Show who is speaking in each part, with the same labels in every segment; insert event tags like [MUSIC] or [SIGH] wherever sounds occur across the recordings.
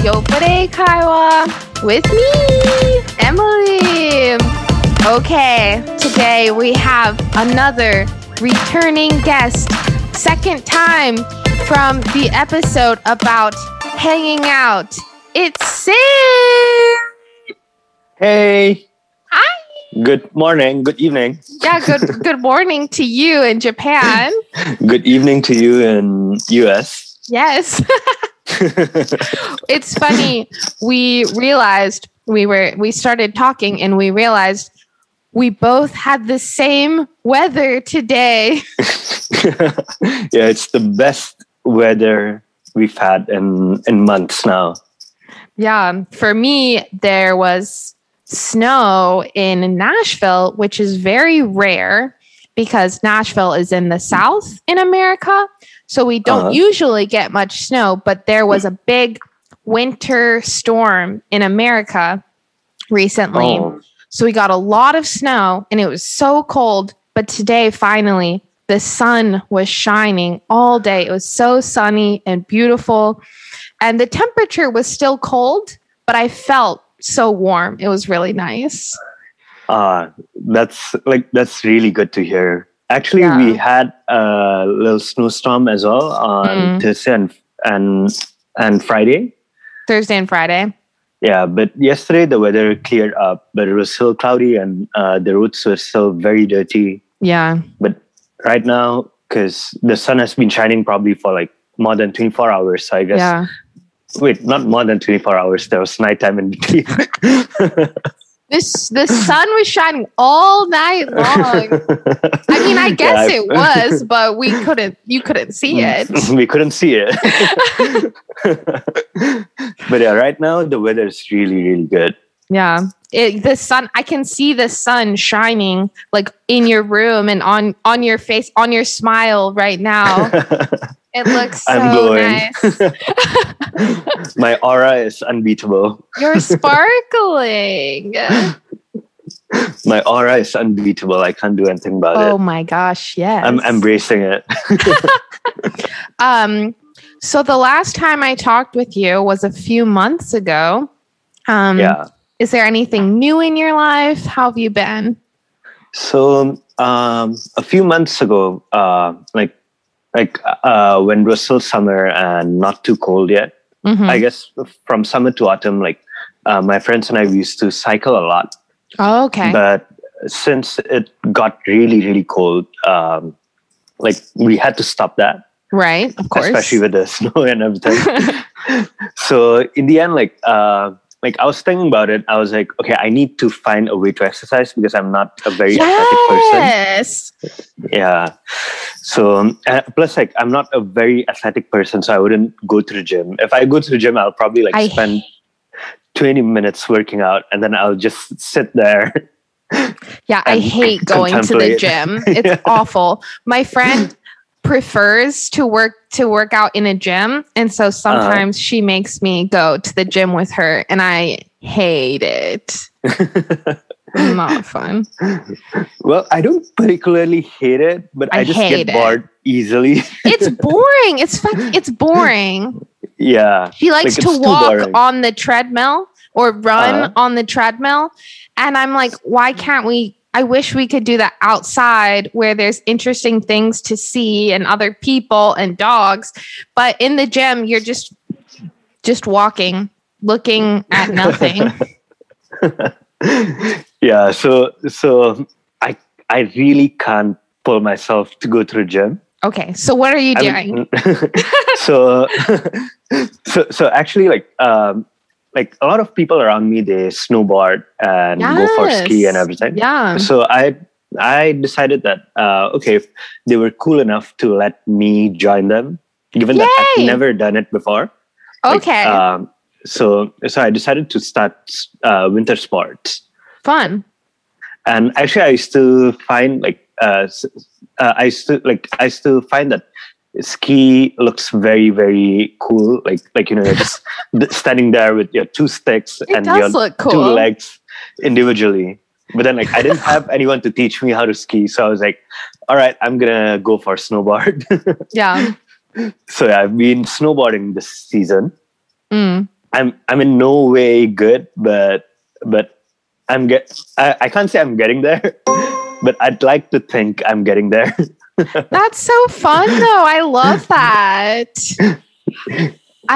Speaker 1: Hey, Kaiwa. With me, Emily. Okay, today we have another returning guest, second time from the episode about hanging out. It's Sid.
Speaker 2: Hey,
Speaker 1: Hi.
Speaker 2: good morning, good evening,
Speaker 1: Yeah, good good morning to you in Japan.
Speaker 2: good evening to you in [LAUGHS] US.
Speaker 1: Yes. it's funny we realized we were we started talking and we realized we both had the same weather today [LAUGHS]
Speaker 2: yeah, it's the best weather we've had in in months now.
Speaker 1: yeah for me there was snow in nashville which is very rare because nashville is in the south in america so we don't
Speaker 2: Uh-huh.
Speaker 1: usually get much snow but there was a big winter storm in america recently
Speaker 2: Oh,
Speaker 1: So we got a lot of snow and it was so cold. But today, finally, the sun was shining all day. It was so sunny and beautiful. And the temperature was still cold, but I felt so warm. It was really nice.
Speaker 2: ah, that's like that's really good to hear. Actually,
Speaker 1: Yeah.
Speaker 2: we had a little snowstorm as well on
Speaker 1: Mm.
Speaker 2: Thursday and and and Friday.
Speaker 1: Thursday and Friday.
Speaker 2: Yeah, but yesterday the weather cleared up, but it was still cloudy and uh, the roads were still very dirty.
Speaker 1: Yeah.
Speaker 2: right now because the sun has been shining probably for like more than 24 hours. So I guess,
Speaker 1: Yeah.
Speaker 2: wait, not more than 24 hours. There was nighttime in between.
Speaker 1: This the sun was shining all
Speaker 2: [LAUGHS]
Speaker 1: night long. I mean, I guess it was, but we couldn't you couldn't see it.
Speaker 2: [LAUGHS] Mm, we couldn't see it. but yeah, right now the weather is really, really good.
Speaker 1: Yeah. It, the sun I can see the sun shining like in your room and on on your face on your smile right
Speaker 2: [LAUGHS]
Speaker 1: now. It looks so
Speaker 2: I'm glowing.
Speaker 1: nice.
Speaker 2: [LAUGHS] My aura is unbeatable.
Speaker 1: You're
Speaker 2: [LAUGHS]
Speaker 1: sparkling.
Speaker 2: My aura is unbeatable. I can't do anything about
Speaker 1: oh
Speaker 2: it.
Speaker 1: my gosh, yes.
Speaker 2: I'm embracing it.
Speaker 1: um so the last time I talked with you was a few months ago. Um
Speaker 2: yeah.
Speaker 1: is there anything new in your life? How have you been?
Speaker 2: So um, a few months ago, uh, like like uh, when it was still summer and not too cold yet,
Speaker 1: Mhm.
Speaker 2: I guess from summer to autumn, like uh, my friends and I we used to cycle a lot.
Speaker 1: oh, okay.
Speaker 2: But since it got really really cold, um, like we had to stop that,
Speaker 1: right, of course.
Speaker 2: especially
Speaker 1: [LAUGHS]
Speaker 2: with the [LAUGHS] snow and everything. [LAUGHS] so in the end, like. Uh, like I was thinking about it, I was like, okay, I need to find a way to exercise because I'm not a very athletic person.
Speaker 1: yes.
Speaker 2: Yeah. So um, uh, plus, like, I'm not a very athletic person, so I wouldn't go to the gym. If I go to the gym, I'll probably like
Speaker 1: I-
Speaker 2: spend 20 minutes working out, and then I'll just sit there. [LAUGHS]
Speaker 1: Yeah, I
Speaker 2: and [LAUGHS]
Speaker 1: hate going to the
Speaker 2: contemplate.
Speaker 1: gym.
Speaker 2: [LAUGHS]
Speaker 1: It's awful. My friend prefers to work to work out in a gym, and
Speaker 2: Uh-huh.
Speaker 1: so sometimes she makes me go to the gym with her, and I hate
Speaker 2: [LAUGHS]
Speaker 1: it. Not fun.
Speaker 2: well, I don't particularly hate it, but I,
Speaker 1: I
Speaker 2: just
Speaker 1: hate
Speaker 2: get
Speaker 1: it.
Speaker 2: bored easily. [LAUGHS]
Speaker 1: It's boring. It's fuck, it's boring.
Speaker 2: yeah. [LAUGHS]
Speaker 1: She likes
Speaker 2: Like, it's
Speaker 1: to
Speaker 2: too
Speaker 1: walk
Speaker 2: boring.
Speaker 1: on the treadmill or run
Speaker 2: Uh-huh.
Speaker 1: on the treadmill, and I'm like, why can't we? I wish we could do that outside where there's interesting things to see and other people and dogs. But in the gym, you're just just walking, looking
Speaker 2: [LAUGHS]
Speaker 1: at nothing.
Speaker 2: yeah. So so I I really can't pull myself to go to the gym.
Speaker 1: okay, so what are you
Speaker 2: I
Speaker 1: doing? [LAUGHS]
Speaker 2: mean, [LAUGHS] so, [LAUGHS] so, so actually, like, um, like a lot of people around me, they snowboard and go for ski and
Speaker 1: Yes.
Speaker 2: everything.
Speaker 1: yeah.
Speaker 2: So I, I decided that uh, okay, if they were cool enough to let me join them, given that
Speaker 1: Yay!
Speaker 2: I've never done it before. like,
Speaker 1: Okay.
Speaker 2: um, so, so I decided to start uh, winter sports
Speaker 1: Fun.
Speaker 2: and actually i still find like uh, s- uh i still like i still find that ski looks very very cool like like you know you're just [LAUGHS] th- standing there with your two sticks
Speaker 1: It
Speaker 2: and your
Speaker 1: does look
Speaker 2: two
Speaker 1: cool.
Speaker 2: legs individually but then like i didn't
Speaker 1: [LAUGHS]
Speaker 2: have anyone to teach me how to ski so i was like all right i'm gonna go for snowboard [LAUGHS]
Speaker 1: yeah.
Speaker 2: so yeah, i've been snowboarding this season
Speaker 1: Mm.
Speaker 2: I'm I'm in no way good, but but I'm get I, I can't say I'm getting there, [LAUGHS] but I'd like to think I'm getting there. [LAUGHS]
Speaker 1: That's so fun, though. I love that.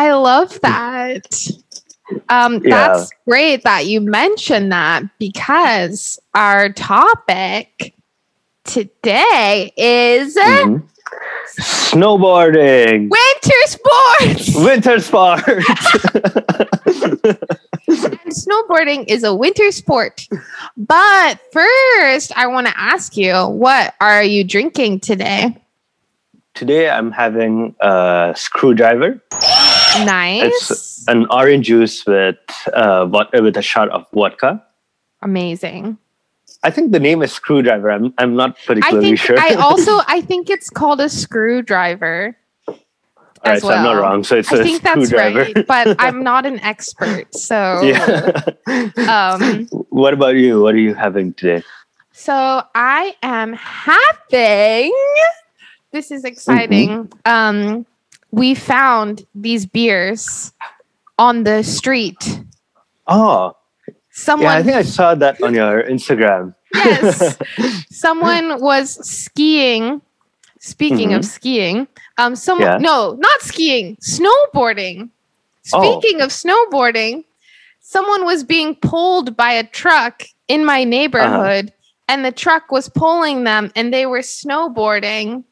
Speaker 1: I love that. Um,
Speaker 2: Yeah.
Speaker 1: That's great that you mentioned that because our topic today is uh
Speaker 2: Mhm. Snowboarding,
Speaker 1: winter sports.
Speaker 2: winter sports. [LAUGHS]
Speaker 1: And snowboarding is a winter sport. But first, I want to ask you what are you drinking today?
Speaker 2: Today I'm having a screwdriver,
Speaker 1: Nice.
Speaker 2: an orange juice with uh, vod- uh, with a shot of vodka.
Speaker 1: Amazing.
Speaker 2: I think the name is screwdriver. I'm I'm not
Speaker 1: I
Speaker 2: particularly
Speaker 1: think
Speaker 2: sure.
Speaker 1: I also I think it's called a screwdriver.
Speaker 2: [LAUGHS] All right,
Speaker 1: as
Speaker 2: so I'm not
Speaker 1: well.
Speaker 2: wrong. So it's a
Speaker 1: I think that's
Speaker 2: screwdriver.
Speaker 1: right,
Speaker 2: [LAUGHS]
Speaker 1: but I'm not an expert. So
Speaker 2: Yeah. [LAUGHS]
Speaker 1: um
Speaker 2: what about you? What are you having today?
Speaker 1: so I am having this is exciting.
Speaker 2: Mm-hmm.
Speaker 1: Um we found these beers on the street.
Speaker 2: Oh, yeah, I
Speaker 1: Someone
Speaker 2: think I saw that on your Instagram. [LAUGHS]
Speaker 1: yes someone was skiing speaking
Speaker 2: Mm-hmm.
Speaker 1: of skiing um someone
Speaker 2: Yeah.
Speaker 1: no not skiing snowboarding
Speaker 2: Oh.
Speaker 1: speaking of snowboarding someone was being pulled by a truck in my neighborhood
Speaker 2: Uh-huh.
Speaker 1: and the truck was pulling them and they were snowboarding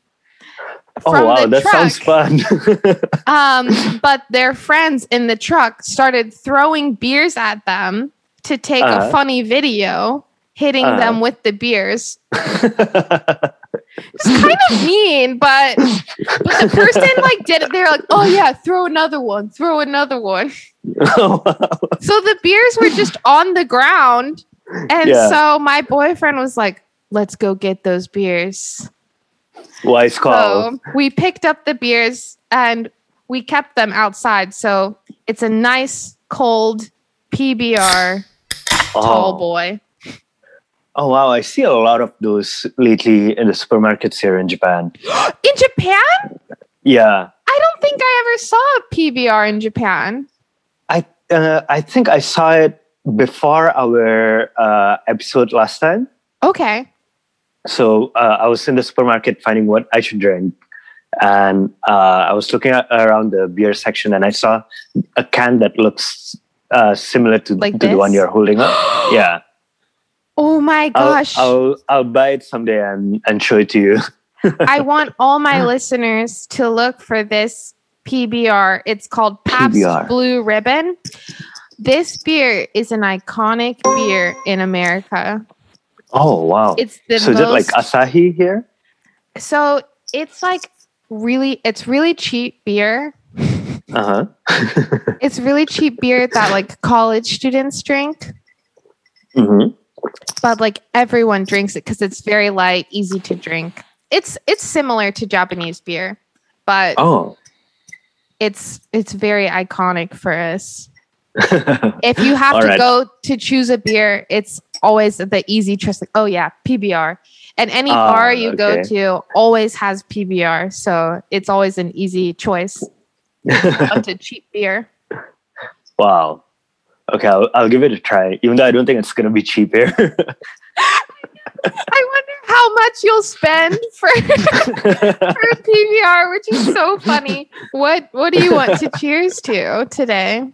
Speaker 2: Oh
Speaker 1: from
Speaker 2: wow,
Speaker 1: the
Speaker 2: that sounds
Speaker 1: truck.
Speaker 2: fun. [LAUGHS]
Speaker 1: um but their friends in the truck started throwing beers at them to take
Speaker 2: Uh-huh.
Speaker 1: a funny video hitting
Speaker 2: Uh-huh.
Speaker 1: them with the beers it's kind of mean, but but the person like did it. They were like, oh yeah, throw another one, throw another one.
Speaker 2: Oh, wow.
Speaker 1: So the beers were just on the ground, and
Speaker 2: Yeah.
Speaker 1: so my boyfriend was like, let's go get those beers.
Speaker 2: [LAUGHS] Wise call.
Speaker 1: So we picked up the beers and we kept them outside. So it's a nice cold PBR tall
Speaker 2: oh.
Speaker 1: boy.
Speaker 2: oh wow, I see a lot of those lately in the supermarkets here in Japan.
Speaker 1: In Japan,
Speaker 2: Yeah.
Speaker 1: I don't think I ever saw a PBR in Japan.
Speaker 2: I uh, I think I saw it before our uh, episode last time.
Speaker 1: Okay.
Speaker 2: So uh, I was in the supermarket finding what I should drink, and uh, I was looking at, around the beer section, and I saw a can that looks uh, similar to,
Speaker 1: Like
Speaker 2: to the one
Speaker 1: this?
Speaker 2: you're
Speaker 1: [GASPS]
Speaker 2: holding up. yeah,
Speaker 1: Oh my
Speaker 2: I'll,
Speaker 1: gosh.
Speaker 2: I'll I'll buy it someday and and show it to you.
Speaker 1: I want all
Speaker 2: [LAUGHS]
Speaker 1: my listeners to look for this PBR. It's called Pabst
Speaker 2: PBR.
Speaker 1: Blue Ribbon. This beer is an iconic beer in America.
Speaker 2: [LAUGHS] Oh wow!
Speaker 1: It's the
Speaker 2: so is it like
Speaker 1: most
Speaker 2: Asahi here?
Speaker 1: so it's like really it's really cheap beer.
Speaker 2: Uh huh. [LAUGHS]
Speaker 1: It's really cheap beer that like college students drink,
Speaker 2: hmm
Speaker 1: but like everyone drinks it because it's very light, easy to drink. It's it's similar to Japanese beer, but
Speaker 2: Oh.
Speaker 1: it's it's very iconic for us. if you have
Speaker 2: All
Speaker 1: to
Speaker 2: right.
Speaker 1: go to choose a beer, it's always the easy choice. Like, oh yeah, PBR. And any
Speaker 2: Ah,
Speaker 1: bar you go
Speaker 2: okay.
Speaker 1: to always has PBR, so it's always an easy choice. It's a cheap beer.
Speaker 2: [LAUGHS] wow. Okay, I'll, I'll give it a try. Even though I don't think it's gonna be
Speaker 1: [LAUGHS]
Speaker 2: cheap here. [LAUGHS]
Speaker 1: I wonder how much you'll spend [LAUGHS] for, for a PBR, which is so funny. What What do you want
Speaker 2: [LAUGHS]
Speaker 1: to cheers to today?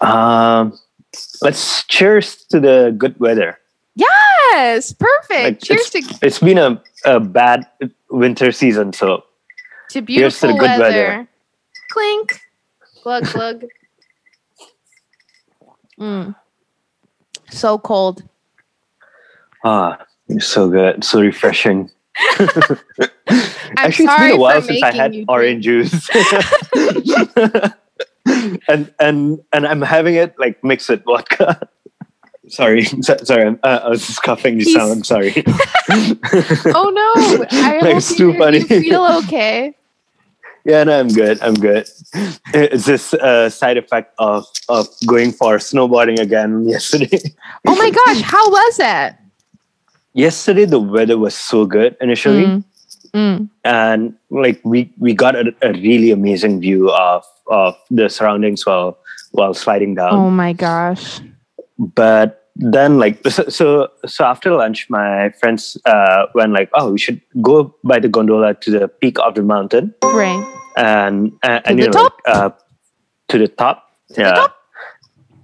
Speaker 2: Um, let's cheers to the good weather.
Speaker 1: Yes, perfect.
Speaker 2: Like,
Speaker 1: cheers to,
Speaker 2: It's been a, a bad winter season, so
Speaker 1: to
Speaker 2: here's to
Speaker 1: beautiful
Speaker 2: the good
Speaker 1: weather.
Speaker 2: weather.
Speaker 1: Clink, glug
Speaker 2: [LAUGHS]
Speaker 1: glug. Mm. So cold.
Speaker 2: [LAUGHS] ah, it's so good,
Speaker 1: [LAUGHS]
Speaker 2: so refreshing.
Speaker 1: I'm
Speaker 2: Actually, it's
Speaker 1: sorry
Speaker 2: been a while
Speaker 1: for
Speaker 2: since I
Speaker 1: making
Speaker 2: had
Speaker 1: you drink.
Speaker 2: orange juice. [LAUGHS] and and and I'm having it like mixed with vodka. [LAUGHS] sorry, [LAUGHS] so- sorry, I'm- uh, I was just coughing just now.
Speaker 1: He's-
Speaker 2: I'm sorry.
Speaker 1: [LAUGHS] Oh no! I
Speaker 2: Like,
Speaker 1: hope
Speaker 2: it's too
Speaker 1: you,
Speaker 2: funny.
Speaker 1: you feel
Speaker 2: [LAUGHS]
Speaker 1: okay.
Speaker 2: Yeah, no, I'm good. I'm good. [LAUGHS] It's this uh, side effect of of going for snowboarding again yesterday. [LAUGHS]
Speaker 1: Oh my gosh, how was it?
Speaker 2: yesterday the weather was so good initially,
Speaker 1: Mm.
Speaker 2: Um,
Speaker 1: Mm.
Speaker 2: and like we we got a, a really amazing view of of the surroundings while while sliding down.
Speaker 1: Oh my gosh.
Speaker 2: But then, like, so so, so after lunch, my friends uh, went like, "Oh, we should go by the gondola to the peak of the mountain
Speaker 1: Right.
Speaker 2: and and, and
Speaker 1: the
Speaker 2: you know,
Speaker 1: top?
Speaker 2: like, uh, to the top, yeah,
Speaker 1: top?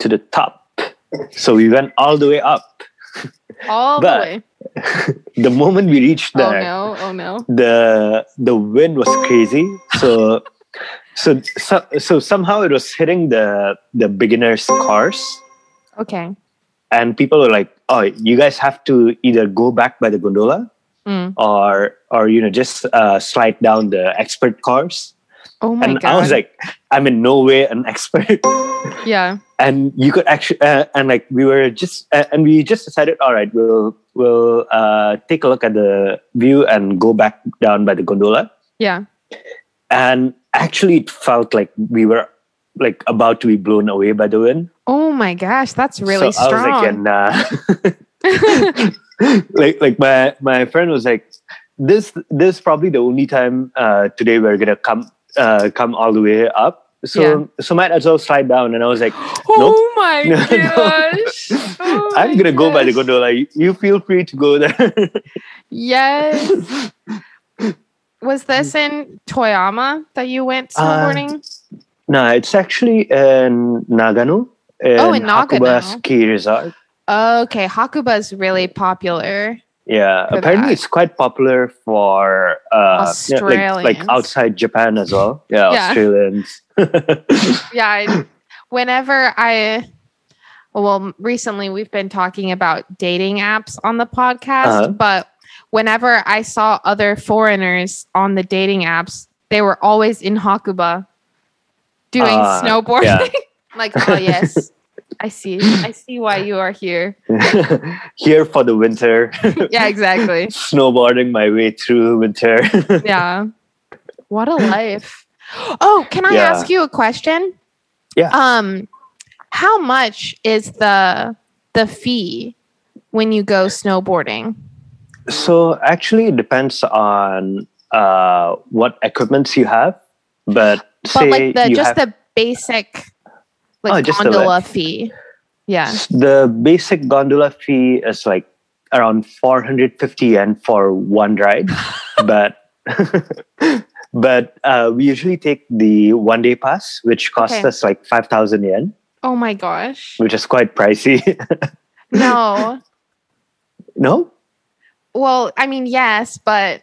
Speaker 2: to the top." So we went all the way up.
Speaker 1: All
Speaker 2: But-
Speaker 1: the way.
Speaker 2: The moment we reached
Speaker 1: Oh
Speaker 2: there,
Speaker 1: no. Oh no.
Speaker 2: the the wind was crazy so so so, so somehow it was hitting the the beginners cars
Speaker 1: Okay.
Speaker 2: and people were like oh you guys have to either go back by the gondola
Speaker 1: Mm.
Speaker 2: or or you know just uh, slide down the expert cars
Speaker 1: Oh my
Speaker 2: and
Speaker 1: god.
Speaker 2: i was like i'm in no way an [LAUGHS] expert
Speaker 1: yeah.
Speaker 2: and you could actually uh, and like we were just uh, and we just decided all right we'll we'll uh, take a look at the view and go back down by the gondola
Speaker 1: Yeah.
Speaker 2: and actually it felt like we were like about to be blown away by the wind
Speaker 1: Oh my gosh. That's really
Speaker 2: so i was like
Speaker 1: strong.
Speaker 2: nah.
Speaker 1: [LAUGHS]
Speaker 2: like like my my friend was like this this is probably the only time uh today we're gonna come uh come all the way up so
Speaker 1: Yeah.
Speaker 2: so might as well slide down and i was like
Speaker 1: oh my
Speaker 2: [LAUGHS] No, no.
Speaker 1: gosh. Oh
Speaker 2: [LAUGHS]
Speaker 1: my
Speaker 2: i'm gonna go by the
Speaker 1: gosh.
Speaker 2: gondola You- you feel free to go there
Speaker 1: Yes.
Speaker 2: [LAUGHS]
Speaker 1: Was this in Toyama that you went snowboarding?
Speaker 2: no it's actually in nagano in
Speaker 1: Oh, in
Speaker 2: Hakuba
Speaker 1: Nagano.
Speaker 2: ski resort
Speaker 1: okay, Hakuba's really popular.
Speaker 2: Yeah,
Speaker 1: for
Speaker 2: apparently
Speaker 1: that.
Speaker 2: it's quite popular for uh, yeah, like,
Speaker 1: Australians.
Speaker 2: like outside Japan as well. Yeah,
Speaker 1: Yeah.
Speaker 2: Australians. [LAUGHS]
Speaker 1: Yeah, [CLEARS THROAT] I, whenever I well, recently we've been talking about dating apps on the podcast,
Speaker 2: Uh-huh.
Speaker 1: but whenever I saw other foreigners on the dating apps, they were always in Hakuba doing
Speaker 2: Ah,
Speaker 1: snowboarding.
Speaker 2: yeah.
Speaker 1: [LAUGHS] like, oh yes, I see. I see why you are here.
Speaker 2: Here for
Speaker 1: [LAUGHS]
Speaker 2: the winter,
Speaker 1: Yeah, exactly.
Speaker 2: snowboarding my way through winter. [LAUGHS]
Speaker 1: yeah. What a life. Oh, can I
Speaker 2: Yeah.
Speaker 1: ask you a question?
Speaker 2: Yeah.
Speaker 1: Um, how much is the the fee when you go snowboarding?
Speaker 2: so actually, it depends on uh, what equipments you have, but
Speaker 1: but
Speaker 2: say
Speaker 1: like the
Speaker 2: you
Speaker 1: just
Speaker 2: have
Speaker 1: the basic like
Speaker 2: Oh, just the
Speaker 1: gondola fee. Yeah.
Speaker 2: the basic gondola fee is like around 450 yen for one
Speaker 1: [LAUGHS]
Speaker 2: ride but [LAUGHS] but uh, we usually take the one day pass which costs
Speaker 1: Okay.
Speaker 2: us like 5000 yen
Speaker 1: Oh my gosh.
Speaker 2: [LAUGHS] which is quite pricey
Speaker 1: No.
Speaker 2: no
Speaker 1: Well, I mean, yes, but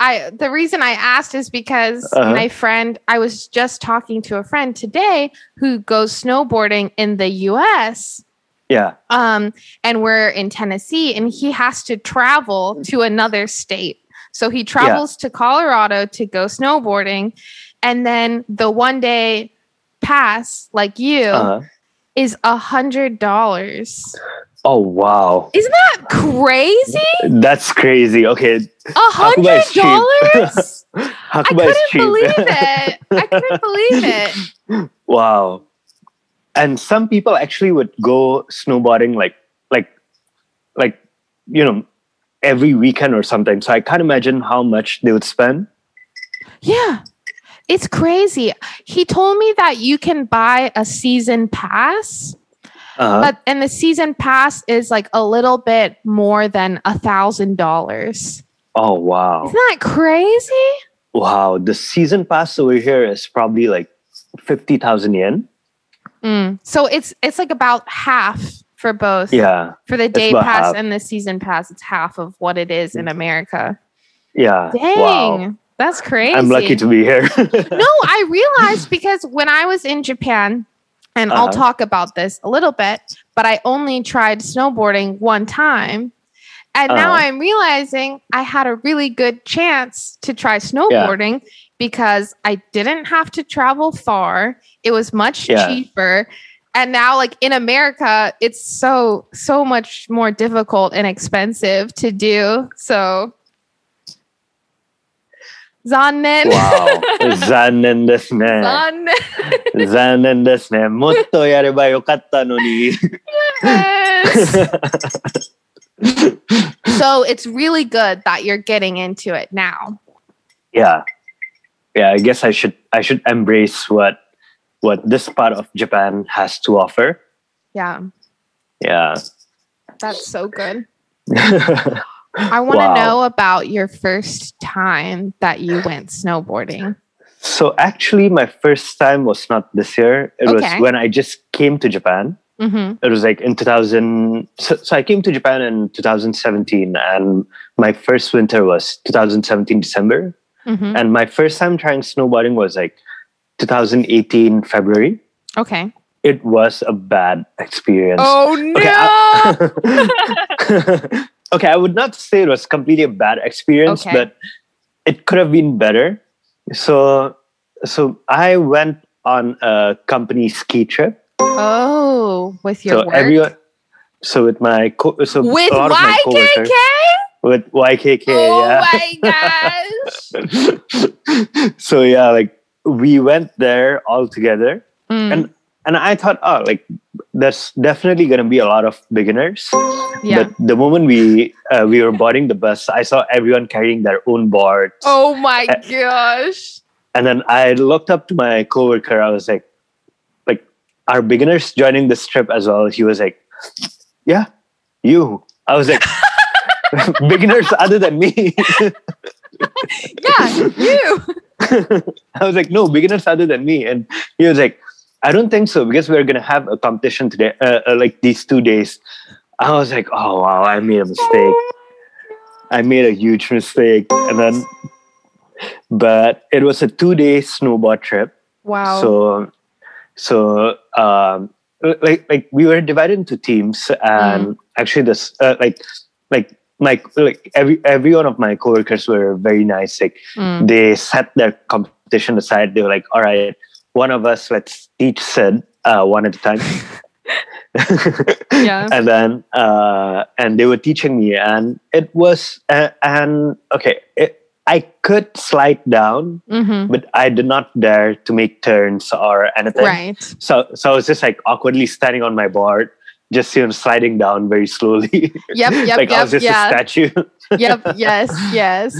Speaker 1: I the reason I asked is because
Speaker 2: Uh-huh.
Speaker 1: my friend, I was just talking to a friend today who goes snowboarding in the US.
Speaker 2: yeah
Speaker 1: Um, and we're in Tennessee, and he has to travel to another state. So he travels to Colorado to go snowboarding, and then the one day pass, like you,
Speaker 2: uh,
Speaker 1: is a hundred dollars.
Speaker 2: oh wow
Speaker 1: Crazy!
Speaker 2: [LAUGHS] that's crazy okay
Speaker 1: A hundred
Speaker 2: is cheap. [LAUGHS]
Speaker 1: dollars. I
Speaker 2: Hakuba is
Speaker 1: couldn't
Speaker 2: cheap. [LAUGHS]
Speaker 1: believe it. I couldn't believe it.
Speaker 2: Wow. And some people actually would go snowboarding like like like you know every weekend or something. So I can't imagine how much they would spend.
Speaker 1: Yeah. It's crazy. He told me that you can buy a season pass,
Speaker 2: Uh-huh.
Speaker 1: but and the season pass is like a little bit more than a thousand dollars.
Speaker 2: oh wow.
Speaker 1: Isn't that crazy?
Speaker 2: Wow. The season pass over here is probably like fifty thousand yen.
Speaker 1: Mm. So it's it's like about half for both.
Speaker 2: Yeah.
Speaker 1: For the day
Speaker 2: about
Speaker 1: pass
Speaker 2: half.
Speaker 1: and the season pass, it's half of what it is in America.
Speaker 2: Yeah.
Speaker 1: Dang.
Speaker 2: Wow.
Speaker 1: That's crazy.
Speaker 2: I'm lucky to be
Speaker 1: [LAUGHS]
Speaker 2: here.
Speaker 1: no, I realized because when I was in Japan, and I'll
Speaker 2: Uh-huh.
Speaker 1: talk about this a little bit, but I only tried snowboarding one time. And now
Speaker 2: Uh-huh.
Speaker 1: I'm realizing I had a really good chance to try snowboarding because I didn't have to travel far. It was much
Speaker 2: Yeah.
Speaker 1: cheaper. And now like in America, it's so so much more difficult and expensive to do. So Zannen.
Speaker 2: wow. Zanen desu ne.
Speaker 1: Zannen.
Speaker 2: Zanen desu ne. Motto yareba yokatta no ni. [LAUGHS]
Speaker 1: so it's really good that you're getting into it now.
Speaker 2: yeah yeah i guess i should i should embrace what what this part of Japan has to offer.
Speaker 1: Yeah,
Speaker 2: Yeah.
Speaker 1: that's so good. I want to
Speaker 2: Wow.
Speaker 1: know about your first time that you went snowboarding.
Speaker 2: so actually, my first time was not this year. It
Speaker 1: Okay.
Speaker 2: was when I just came to Japan.
Speaker 1: hmm
Speaker 2: It was like in 2000. So, so I came to Japan in 2017, and my first winter was 2017 December.
Speaker 1: hmm
Speaker 2: And my first time trying snowboarding was like 2018 February.
Speaker 1: Okay.
Speaker 2: It was a bad experience.
Speaker 1: Oh no!
Speaker 2: Okay, [LAUGHS] okay, I would not say it was completely a bad experience,
Speaker 1: Okay.
Speaker 2: but it could have been better. So, so I went on a company ski trip.
Speaker 1: oh, with your
Speaker 2: so
Speaker 1: work.
Speaker 2: everyone, so with my co- so
Speaker 1: with
Speaker 2: a lot of my coworkers
Speaker 1: YKK.
Speaker 2: with YKK,
Speaker 1: oh
Speaker 2: yeah.
Speaker 1: my gosh.
Speaker 2: [LAUGHS] so yeah, like we went there all together,
Speaker 1: Mm,
Speaker 2: And- and I thought, oh, like there's definitely gonna be a lot of beginners.
Speaker 1: yeah.
Speaker 2: But the moment we uh, we were boarding the bus, I saw everyone carrying their own boards.
Speaker 1: oh my
Speaker 2: Uh, [LAUGHS]
Speaker 1: gosh.
Speaker 2: And then I looked up to my coworker. I was like, like, are beginners joining this trip as well? He was like, yeah, you. I was like, [LAUGHS] beginners other than me. [LAUGHS]
Speaker 1: Yeah, you.
Speaker 2: I was like, no, beginners other than me. And he was like, I don't think so because we're gonna have a competition today, uh, uh, like these two days. I was like, oh wow, I made a mistake. I made a huge mistake. And then, but it was a two day snowboard trip.
Speaker 1: Wow.
Speaker 2: So, so, um, like, like we were divided into teams and actually this, uh, like, like, my like every every one of my coworkers were very nice. Like
Speaker 1: Mm.
Speaker 2: they set their competition aside. They were like, "All right, one of us let's teach Sid uh, one at a time."
Speaker 1: [LAUGHS] Yeah.
Speaker 2: [LAUGHS] and then uh, and they were teaching me and it was uh, and okay it, i could slide down
Speaker 1: hmm
Speaker 2: but i did not dare to make turns or anything
Speaker 1: Right.
Speaker 2: so so i was just like awkwardly standing on my board just you know sliding down very slowly
Speaker 1: Yep. Yep.
Speaker 2: [LAUGHS] like i was
Speaker 1: yep.
Speaker 2: just a
Speaker 1: Yeah.
Speaker 2: statue [LAUGHS]
Speaker 1: yep. Yes. Yes.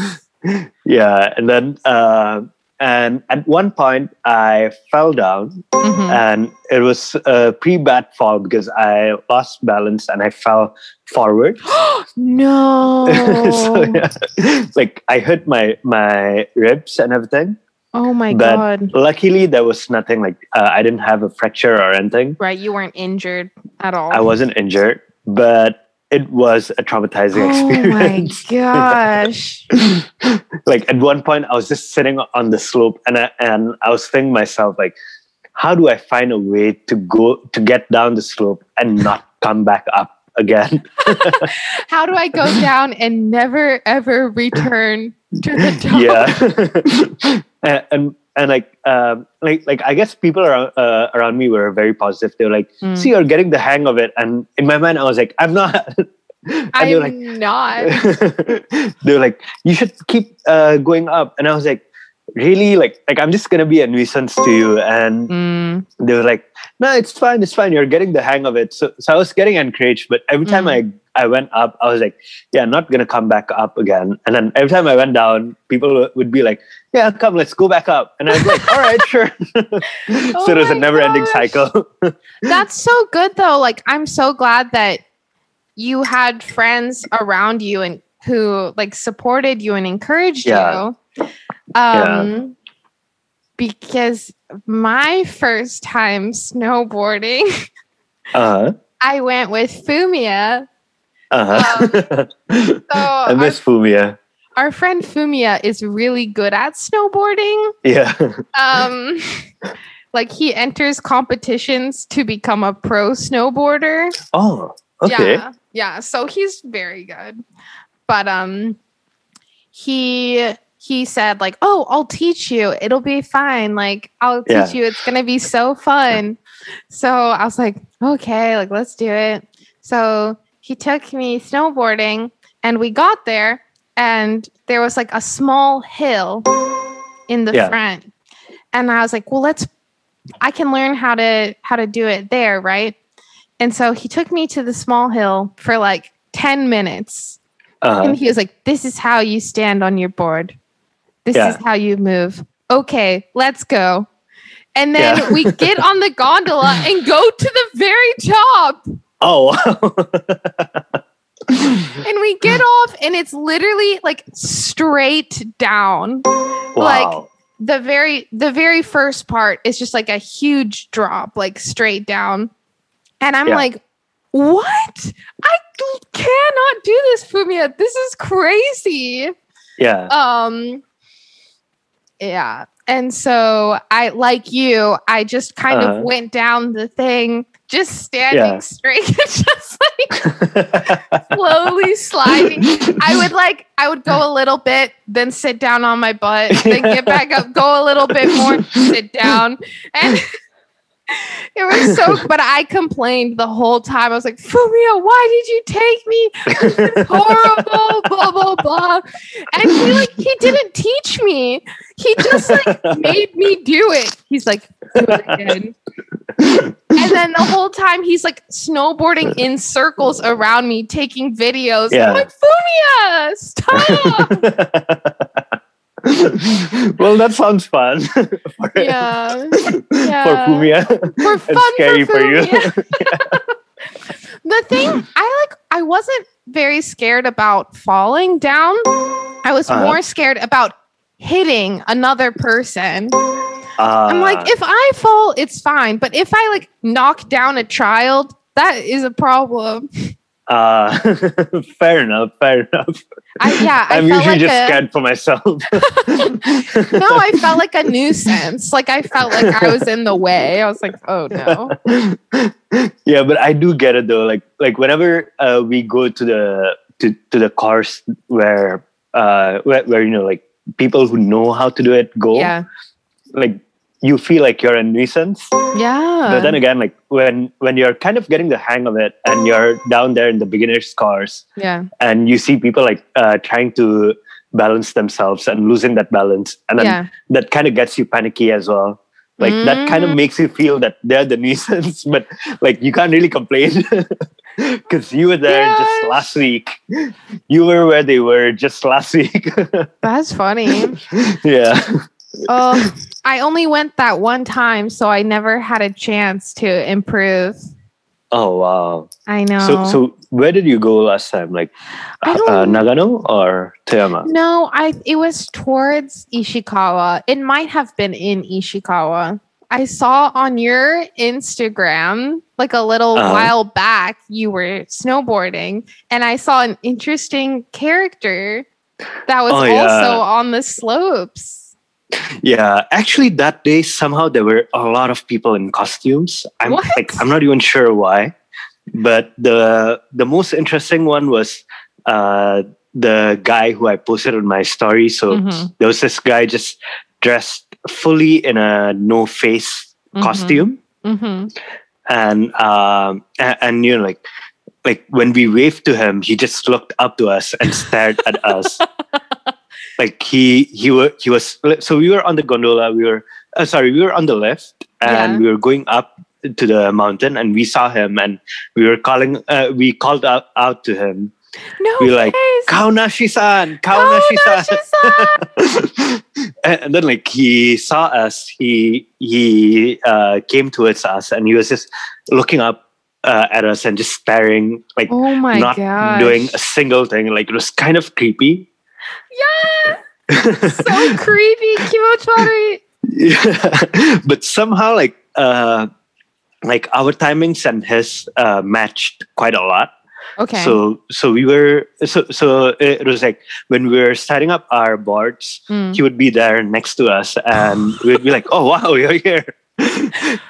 Speaker 2: yeah and then uh, and at one point i fell down
Speaker 1: Mhm.
Speaker 2: [LAUGHS] and it was a pre-bad fall because i lost balance and i fell forward [LAUGHS]
Speaker 1: no. Oh.
Speaker 2: so yeah, [LAUGHS] like I hurt my my ribs and everything.
Speaker 1: oh my
Speaker 2: but-
Speaker 1: god.
Speaker 2: Luckily, there was nothing like uh, I didn't have a fracture or anything.
Speaker 1: Right, you weren't injured at all.
Speaker 2: I wasn't injured, but it was a traumatizing experience.
Speaker 1: Oh my gosh.
Speaker 2: like at one point, I was just sitting on the slope, and I, and I was thinking myself like, how do I find a way to go to get down the slope and
Speaker 1: [LAUGHS]
Speaker 2: not come back up again?
Speaker 1: How do
Speaker 2: [LAUGHS]
Speaker 1: I go down and never ever return to the top? [LAUGHS]
Speaker 2: yeah [LAUGHS] and, and and like um like like i guess people around uh, around me were very positive they were like
Speaker 1: Mm.
Speaker 2: see you're getting the hang of it and in my mind i was like i'm not [LAUGHS] and
Speaker 1: I'm
Speaker 2: they were like [LAUGHS]
Speaker 1: not.
Speaker 2: they were like you should keep uh, going up and i was like really like like i'm just gonna be a nuisance to you and
Speaker 1: Mm,
Speaker 2: they were like no it's fine it's fine you're getting the hang of it so, so i was getting encouraged but every time
Speaker 1: Mm.
Speaker 2: i i went up i was like yeah not gonna come back up again and then every time i went down people w- would be like yeah come let's go back up and i was like all right
Speaker 1: [LAUGHS]
Speaker 2: sure [LAUGHS] so it was a
Speaker 1: Oh my
Speaker 2: never ending
Speaker 1: gosh.
Speaker 2: cycle [LAUGHS]
Speaker 1: That's so good though. Like I'm so glad that you had friends around you and who like supported you and encouraged
Speaker 2: Yeah.
Speaker 1: you. Um because my first time snowboarding, [LAUGHS]
Speaker 2: uh-huh
Speaker 1: I went with Fumia
Speaker 2: uh-huh [LAUGHS] i
Speaker 1: our-
Speaker 2: miss fumia
Speaker 1: our friend Fumia is really good at snowboarding.
Speaker 2: yeah [LAUGHS]
Speaker 1: Um, like he enters competitions to become a pro snowboarder.
Speaker 2: oh okay
Speaker 1: Yeah, yeah. So he's very good, but um, he he said like, "Oh, I'll teach you. It'll be fine. Like I'll teach
Speaker 2: Yeah.
Speaker 1: you. It's gonna be so fun." So I was like, "Okay, like let's do it." So he took me snowboarding, and we got there, and there was like a small hill in the
Speaker 2: Yeah.
Speaker 1: front, and I was like, "Well, let's." I can learn how to how to do it there, right? And so he took me to the small hill for like 10 minutes.
Speaker 2: uh-huh.
Speaker 1: And he was like, This is how you stand on your board. This
Speaker 2: Yeah.
Speaker 1: is how you move. Okay, let's go. And then
Speaker 2: Yeah.
Speaker 1: we get on the gondola
Speaker 2: [LAUGHS]
Speaker 1: and go to the very top.
Speaker 2: Oh, [LAUGHS]
Speaker 1: And we
Speaker 2: [LAUGHS]
Speaker 1: get off, and it's literally like straight down.
Speaker 2: wow.
Speaker 1: The very the very first part is just like a huge drop, like straight down. And I'm
Speaker 2: Yeah.
Speaker 1: like, what? I cannot do this, Fumia. This is crazy.
Speaker 2: yeah.
Speaker 1: um yeah and so i like you i just kind
Speaker 2: Uh-huh.
Speaker 1: of went down the thing just standing
Speaker 2: Yeah.
Speaker 1: straight [LAUGHS] just like slowly sliding i
Speaker 2: [LAUGHS]
Speaker 1: would like i would go a little bit then sit down on my
Speaker 2: [LAUGHS]
Speaker 1: butt then get back up go a little bit more sit down and [LAUGHS] it was so but i complained the whole time i was like fumio why did you take me [LAUGHS] horrible, blah blah blah. And he like he didn't teach me. He just like made me do it. He's like, do it again. and then the whole time he's like snowboarding in circles around me, taking videos.
Speaker 2: Yeah.
Speaker 1: I'm like, Fumia,
Speaker 2: [LAUGHS]
Speaker 1: stop.
Speaker 2: well, that sounds fun [LAUGHS] for,
Speaker 1: yeah.
Speaker 2: for
Speaker 1: Yeah.
Speaker 2: Fumia. [LAUGHS]
Speaker 1: For fun
Speaker 2: scary
Speaker 1: for,
Speaker 2: for you.
Speaker 1: Fumia.
Speaker 2: [LAUGHS]
Speaker 1: the thing I like I wasn't very scared about falling down. I was
Speaker 2: Uh-huh.
Speaker 1: more scared about hitting another person. [LAUGHS] I'm
Speaker 2: Ah.
Speaker 1: like, if I fall, it's fine. But if I like knock down a child, that is a problem.
Speaker 2: Uh, [LAUGHS] fair enough. Fair enough.
Speaker 1: I
Speaker 2: [LAUGHS]
Speaker 1: yeah, I
Speaker 2: I'm
Speaker 1: felt
Speaker 2: usually
Speaker 1: like
Speaker 2: just
Speaker 1: a
Speaker 2: scared for myself.
Speaker 1: [LAUGHS]
Speaker 2: [LAUGHS]
Speaker 1: no, I felt like a nuisance. Like I felt like I was in the way. I was like, oh
Speaker 2: [LAUGHS]
Speaker 1: no.
Speaker 2: yeah, but I do get it though. Like, like whenever uh, we go to the to, to the course where, uh, where where you know like people who know how to do it go,
Speaker 1: Yeah.
Speaker 2: like you feel like you're a nuisance.
Speaker 1: Yeah.
Speaker 2: but then again, like when when you're kind of getting the hang of it and you're down there in the beginner's course
Speaker 1: yeah.
Speaker 2: and you see people like uh, trying to balance themselves and losing that balance, and then
Speaker 1: yeah.
Speaker 2: that kind of gets you panicky as well. Like that kind of
Speaker 1: Mm.
Speaker 2: makes you feel that they're the [LAUGHS] nuisance, but like you can't really complain [LAUGHS] because you were there just
Speaker 1: Yeah.
Speaker 2: last week. You were where they were just last [LAUGHS] week.
Speaker 1: That's funny.
Speaker 2: yeah. [LAUGHS]
Speaker 1: Oh, I only went that one time, so I never had a chance to improve.
Speaker 2: Oh wow.
Speaker 1: I know.
Speaker 2: So so where did you go last time? Like
Speaker 1: I don't-
Speaker 2: uh, Nagano or Toyama?
Speaker 1: no, I it was towards Ishikawa. It might have been in Ishikawa. I saw on your Instagram like a little
Speaker 2: Uh-huh.
Speaker 1: while back you were snowboarding and I saw an interesting character that was
Speaker 2: Oh,
Speaker 1: also
Speaker 2: yeah.
Speaker 1: on the slopes.
Speaker 2: Yeah, actually, that day somehow there were a lot of people in costumes. I'm
Speaker 1: What?
Speaker 2: like, I'm not even sure why, but the the most interesting one was uh, the guy who I posted on my story. So
Speaker 1: Mhm.
Speaker 2: there was this guy just dressed fully in a no face
Speaker 1: Mhm.
Speaker 2: costume,
Speaker 1: Mhm.
Speaker 2: and um, and, and you know, like like when we waved to him, he just looked up to us and stared at us. Like he he were he was so we were on the gondola. We were uh, sorry, we were on the left, and
Speaker 1: Yeah.
Speaker 2: we were going up to the mountain, and we saw him, and we were calling. Uh, we called out, out to him,
Speaker 1: No,
Speaker 2: We like,
Speaker 1: ways.
Speaker 2: [LAUGHS] Kaunashi-san, [LAUGHS] Kaunashi-san. and and then like he saw us, he he uh, came towards us, and he was just looking up uh, at us and just staring like
Speaker 1: Oh my
Speaker 2: not
Speaker 1: god.
Speaker 2: doing a single thing. Like it was kind of creepy.
Speaker 1: Yeah. [LAUGHS] So creepy. Kimochari.
Speaker 2: [LAUGHS] Yeah. but somehow, like uh, like our timings and his uh, matched quite a lot.
Speaker 1: Okay.
Speaker 2: So so we were so so it was like when we were setting up our boards,
Speaker 1: Mm.
Speaker 2: he would be there next to us, and
Speaker 1: [LAUGHS]
Speaker 2: we'd be like, "Oh wow, you're here." [LAUGHS]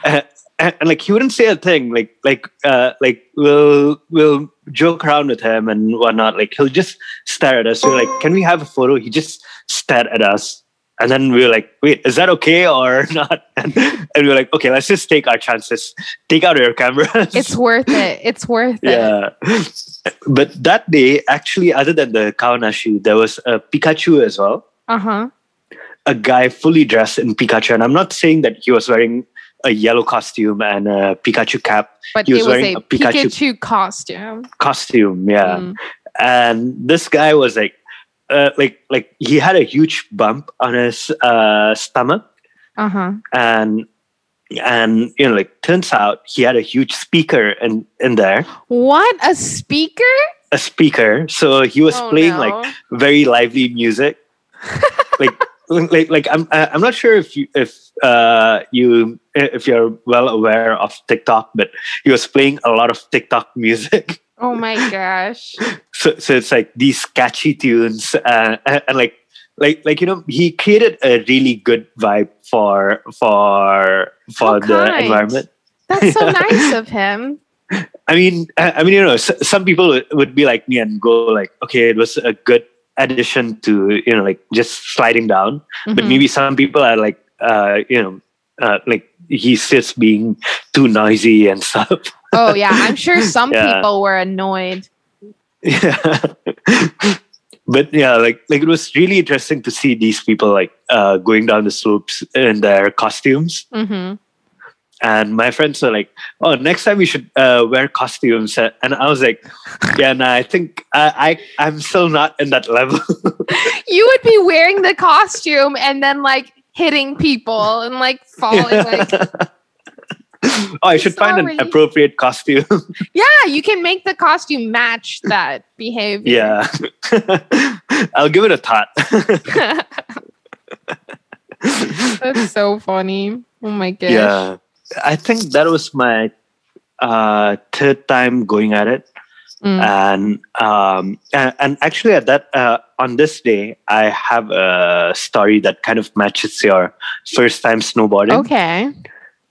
Speaker 2: and, and, and, like he wouldn't say a thing like like uh like we'll we'll joke around with him and whatnot like he'll just stare at us we're like can we have a photo he just stared at us and then we were like wait is that okay or [LAUGHS] not and, and we were like okay let's just take our chances take out your cameras
Speaker 1: It's worth it. It's worth it.
Speaker 2: [LAUGHS] yeah but that day actually other than the kawanashi there was a pikachu as well
Speaker 1: Uh huh.
Speaker 2: a guy fully dressed in Pikachu. And I'm not saying that he was wearing a yellow costume and a Pikachu cap
Speaker 1: But
Speaker 2: He
Speaker 1: it was
Speaker 2: was
Speaker 1: a,
Speaker 2: wearing a
Speaker 1: Pikachu,
Speaker 2: Pikachu-
Speaker 1: costume.
Speaker 2: costume. Yeah.
Speaker 1: Mm.
Speaker 2: And this guy was like, uh, like, like he had a huge bump on his uh, stomach,
Speaker 1: Uh huh.
Speaker 2: and and you know like turns out he had a huge speaker in in there
Speaker 1: What a speaker!
Speaker 2: a speaker so he was
Speaker 1: Oh,
Speaker 2: playing
Speaker 1: no.
Speaker 2: like very lively music like like like i'm I- i'm not sure if you if uh you if you're well aware of tiktok but he was playing a lot of tiktok music [LAUGHS]
Speaker 1: Oh my gosh.
Speaker 2: so so it's like these catchy tunes uh, and, and like like like you know he created a really good vibe for for for
Speaker 1: How
Speaker 2: the
Speaker 1: kind.
Speaker 2: environment
Speaker 1: That's so nice of him.
Speaker 2: I mean, I, I mean, you know, s- some people would- would be like me and go like, okay, it was a good addition to you know, like just sliding down. But
Speaker 1: Mhm.
Speaker 2: maybe some people are like, uh, you know, uh, like he's just being too noisy and stuff. [LAUGHS]
Speaker 1: oh yeah, I'm sure some
Speaker 2: Yeah.
Speaker 1: people were annoyed.
Speaker 2: yeah. but yeah, like like it was really interesting to see these people like uh, going down the slopes in their costumes.
Speaker 1: hmm
Speaker 2: and my friends were like, "Oh, next time you should uh, wear costumes." And I was like, "Yeah, no, I think I, I I'm still not in that level."
Speaker 1: You would be wearing the costume and then like hitting people and like falling. Like,
Speaker 2: [LAUGHS] oh, I should find
Speaker 1: Sorry.
Speaker 2: an appropriate costume.
Speaker 1: yeah, you can make the costume match that behavior.
Speaker 2: yeah, [LAUGHS] I'll give it a thought.
Speaker 1: [LAUGHS] That's so funny. Oh my gosh.
Speaker 2: Yeah, I think that was my uh, third time going at it,
Speaker 1: Mm.
Speaker 2: Uh, and um, and, and actually at that uh, on this day, I have a story that kind of matches your first time snowboarding.
Speaker 1: okay.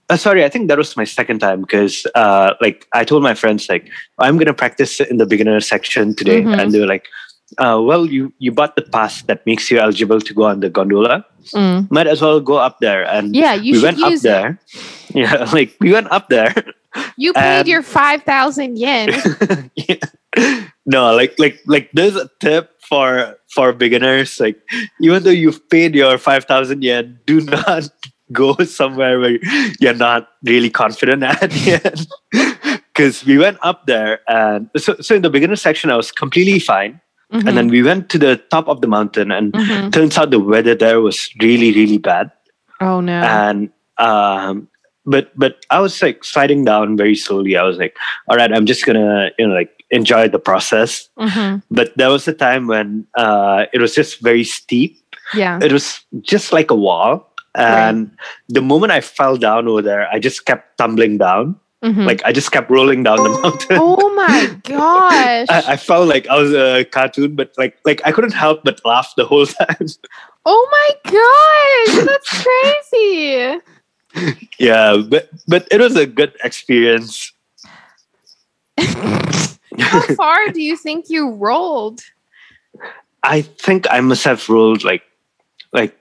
Speaker 2: Uh, sorry, I think that was my second time because, uh, like, I told my friends, like, I'm gonna practice in the beginner section today,
Speaker 1: Mhm.
Speaker 2: and they were like, uh, "Well, you you bought the pass that makes you eligible to go on the gondola.
Speaker 1: Mm.
Speaker 2: Might as well go up there." And
Speaker 1: Yeah, you
Speaker 2: we
Speaker 1: should
Speaker 2: went up
Speaker 1: use it.
Speaker 2: there. [LAUGHS] Yeah, like we went up there. [LAUGHS]
Speaker 1: You paid
Speaker 2: and-
Speaker 1: your five thousand
Speaker 2: [LAUGHS]
Speaker 1: yen.
Speaker 2: no, like like like there's a tip for for beginners. Like, even though you've paid your five thousand yen, do [LAUGHS] not go somewhere where you're not really confident at [LAUGHS] yet. Because we went up there, and so so in the beginner section, I was completely fine,
Speaker 1: Mm-hmm.
Speaker 2: and then we went to the top of the mountain, and
Speaker 1: Mhm. Mhm.
Speaker 2: turns out the weather there was really really bad,
Speaker 1: oh no.
Speaker 2: and um. But but I was like sliding down very slowly. I was like, all right, I'm just gonna you know like enjoy the process
Speaker 1: Mhm.
Speaker 2: but there was a time when uh, it was just very steep.
Speaker 1: Yeah.
Speaker 2: It was just like a wall. And the moment I fell down over there, I just kept tumbling down.
Speaker 1: Mhm.
Speaker 2: Like I just kept rolling down the mountain.
Speaker 1: oh my gosh.
Speaker 2: [LAUGHS] I, I felt like I was a cartoon, but like like I couldn't help but laugh the whole [LAUGHS] time.
Speaker 1: oh my gosh. That's crazy.
Speaker 2: yeah, but but it was a good experience.
Speaker 1: How far do you think you rolled?
Speaker 2: I think I must have rolled like like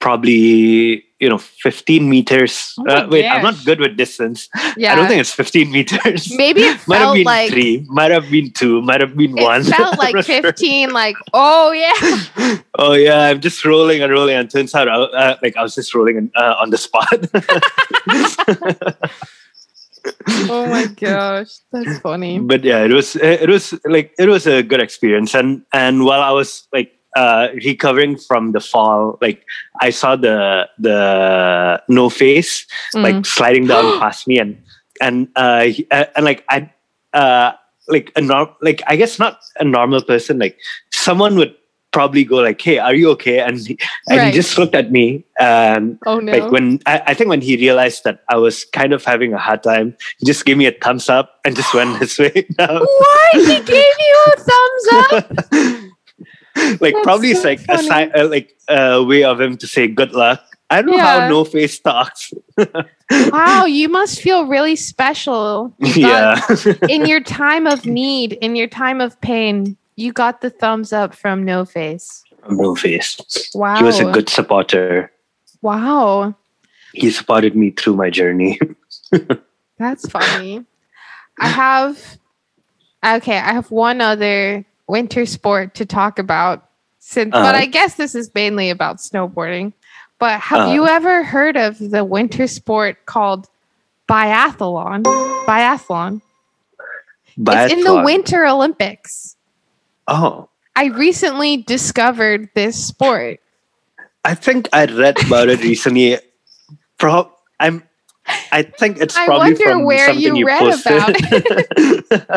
Speaker 2: probably you know 15 meters.
Speaker 1: Oh my
Speaker 2: uh, wait, I'm
Speaker 1: gosh.
Speaker 2: not good with distance.
Speaker 1: Yeah.
Speaker 2: I don't think it's 15
Speaker 1: [LAUGHS]
Speaker 2: meters. [LAUGHS]
Speaker 1: Maybe it
Speaker 2: might have
Speaker 1: felt
Speaker 2: been
Speaker 1: like
Speaker 2: three, might have been two, might have been one. [LAUGHS]
Speaker 1: it felt
Speaker 2: I'm
Speaker 1: like
Speaker 2: not sure.
Speaker 1: fifteen. Like oh yeah.
Speaker 2: Oh yeah, I'm just rolling and rolling, and turns out, uh, like I was just rolling in, uh, on the spot. [LAUGHS]
Speaker 1: Oh
Speaker 2: [LAUGHS]
Speaker 1: my gosh. That's funny.
Speaker 2: but yeah, it was it was like it was a good experience, and and while I was like uh, recovering from the fall, like I saw the the no face
Speaker 1: Mm.
Speaker 2: like sliding
Speaker 1: [GASPS]
Speaker 2: down past me and and uh he- uh, and like i uh like a norm like i guess not a normal person like someone would probably go like hey are you okay and he, and
Speaker 1: Right.
Speaker 2: he just looked at me and
Speaker 1: oh no. [LAUGHS]
Speaker 2: like when I, I think when he realized that i was kind of having a hard time he just gave me a thumbs up and
Speaker 1: [GASPS]
Speaker 2: just went his way [LAUGHS] down
Speaker 1: what? He gave you a thumbs
Speaker 2: [LAUGHS]
Speaker 1: up.
Speaker 2: like
Speaker 1: That's
Speaker 2: probably it's
Speaker 1: so
Speaker 2: like a
Speaker 1: funny.
Speaker 2: sign uh, like a way of him to say good luck i don't know how
Speaker 1: Yeah.
Speaker 2: no face talks [LAUGHS]
Speaker 1: Wow, you must feel really special. You got-
Speaker 2: [LAUGHS] yeah
Speaker 1: in your time of need, in your time of pain, you got the thumbs up from No Face.
Speaker 2: no face
Speaker 1: Wow.
Speaker 2: he was a good supporter
Speaker 1: Wow.
Speaker 2: he supported me through my journey. [LAUGHS]
Speaker 1: That's funny. I have okay, I have one other winter sport to talk about since but
Speaker 2: Uh-huh.
Speaker 1: I guess this is mainly about snowboarding. But have
Speaker 2: Uh-huh.
Speaker 1: you ever heard of the winter sport called biathlon? Biathlon.
Speaker 2: But
Speaker 1: It's in the Winter Olympics.
Speaker 2: Oh,
Speaker 1: I recently discovered this sport.
Speaker 2: I think I read about it recently. Pro- I'm I think it's
Speaker 1: I
Speaker 2: probably
Speaker 1: wonder
Speaker 2: from
Speaker 1: where
Speaker 2: something
Speaker 1: you
Speaker 2: you,
Speaker 1: read
Speaker 2: posted. [LAUGHS] Uh,
Speaker 1: about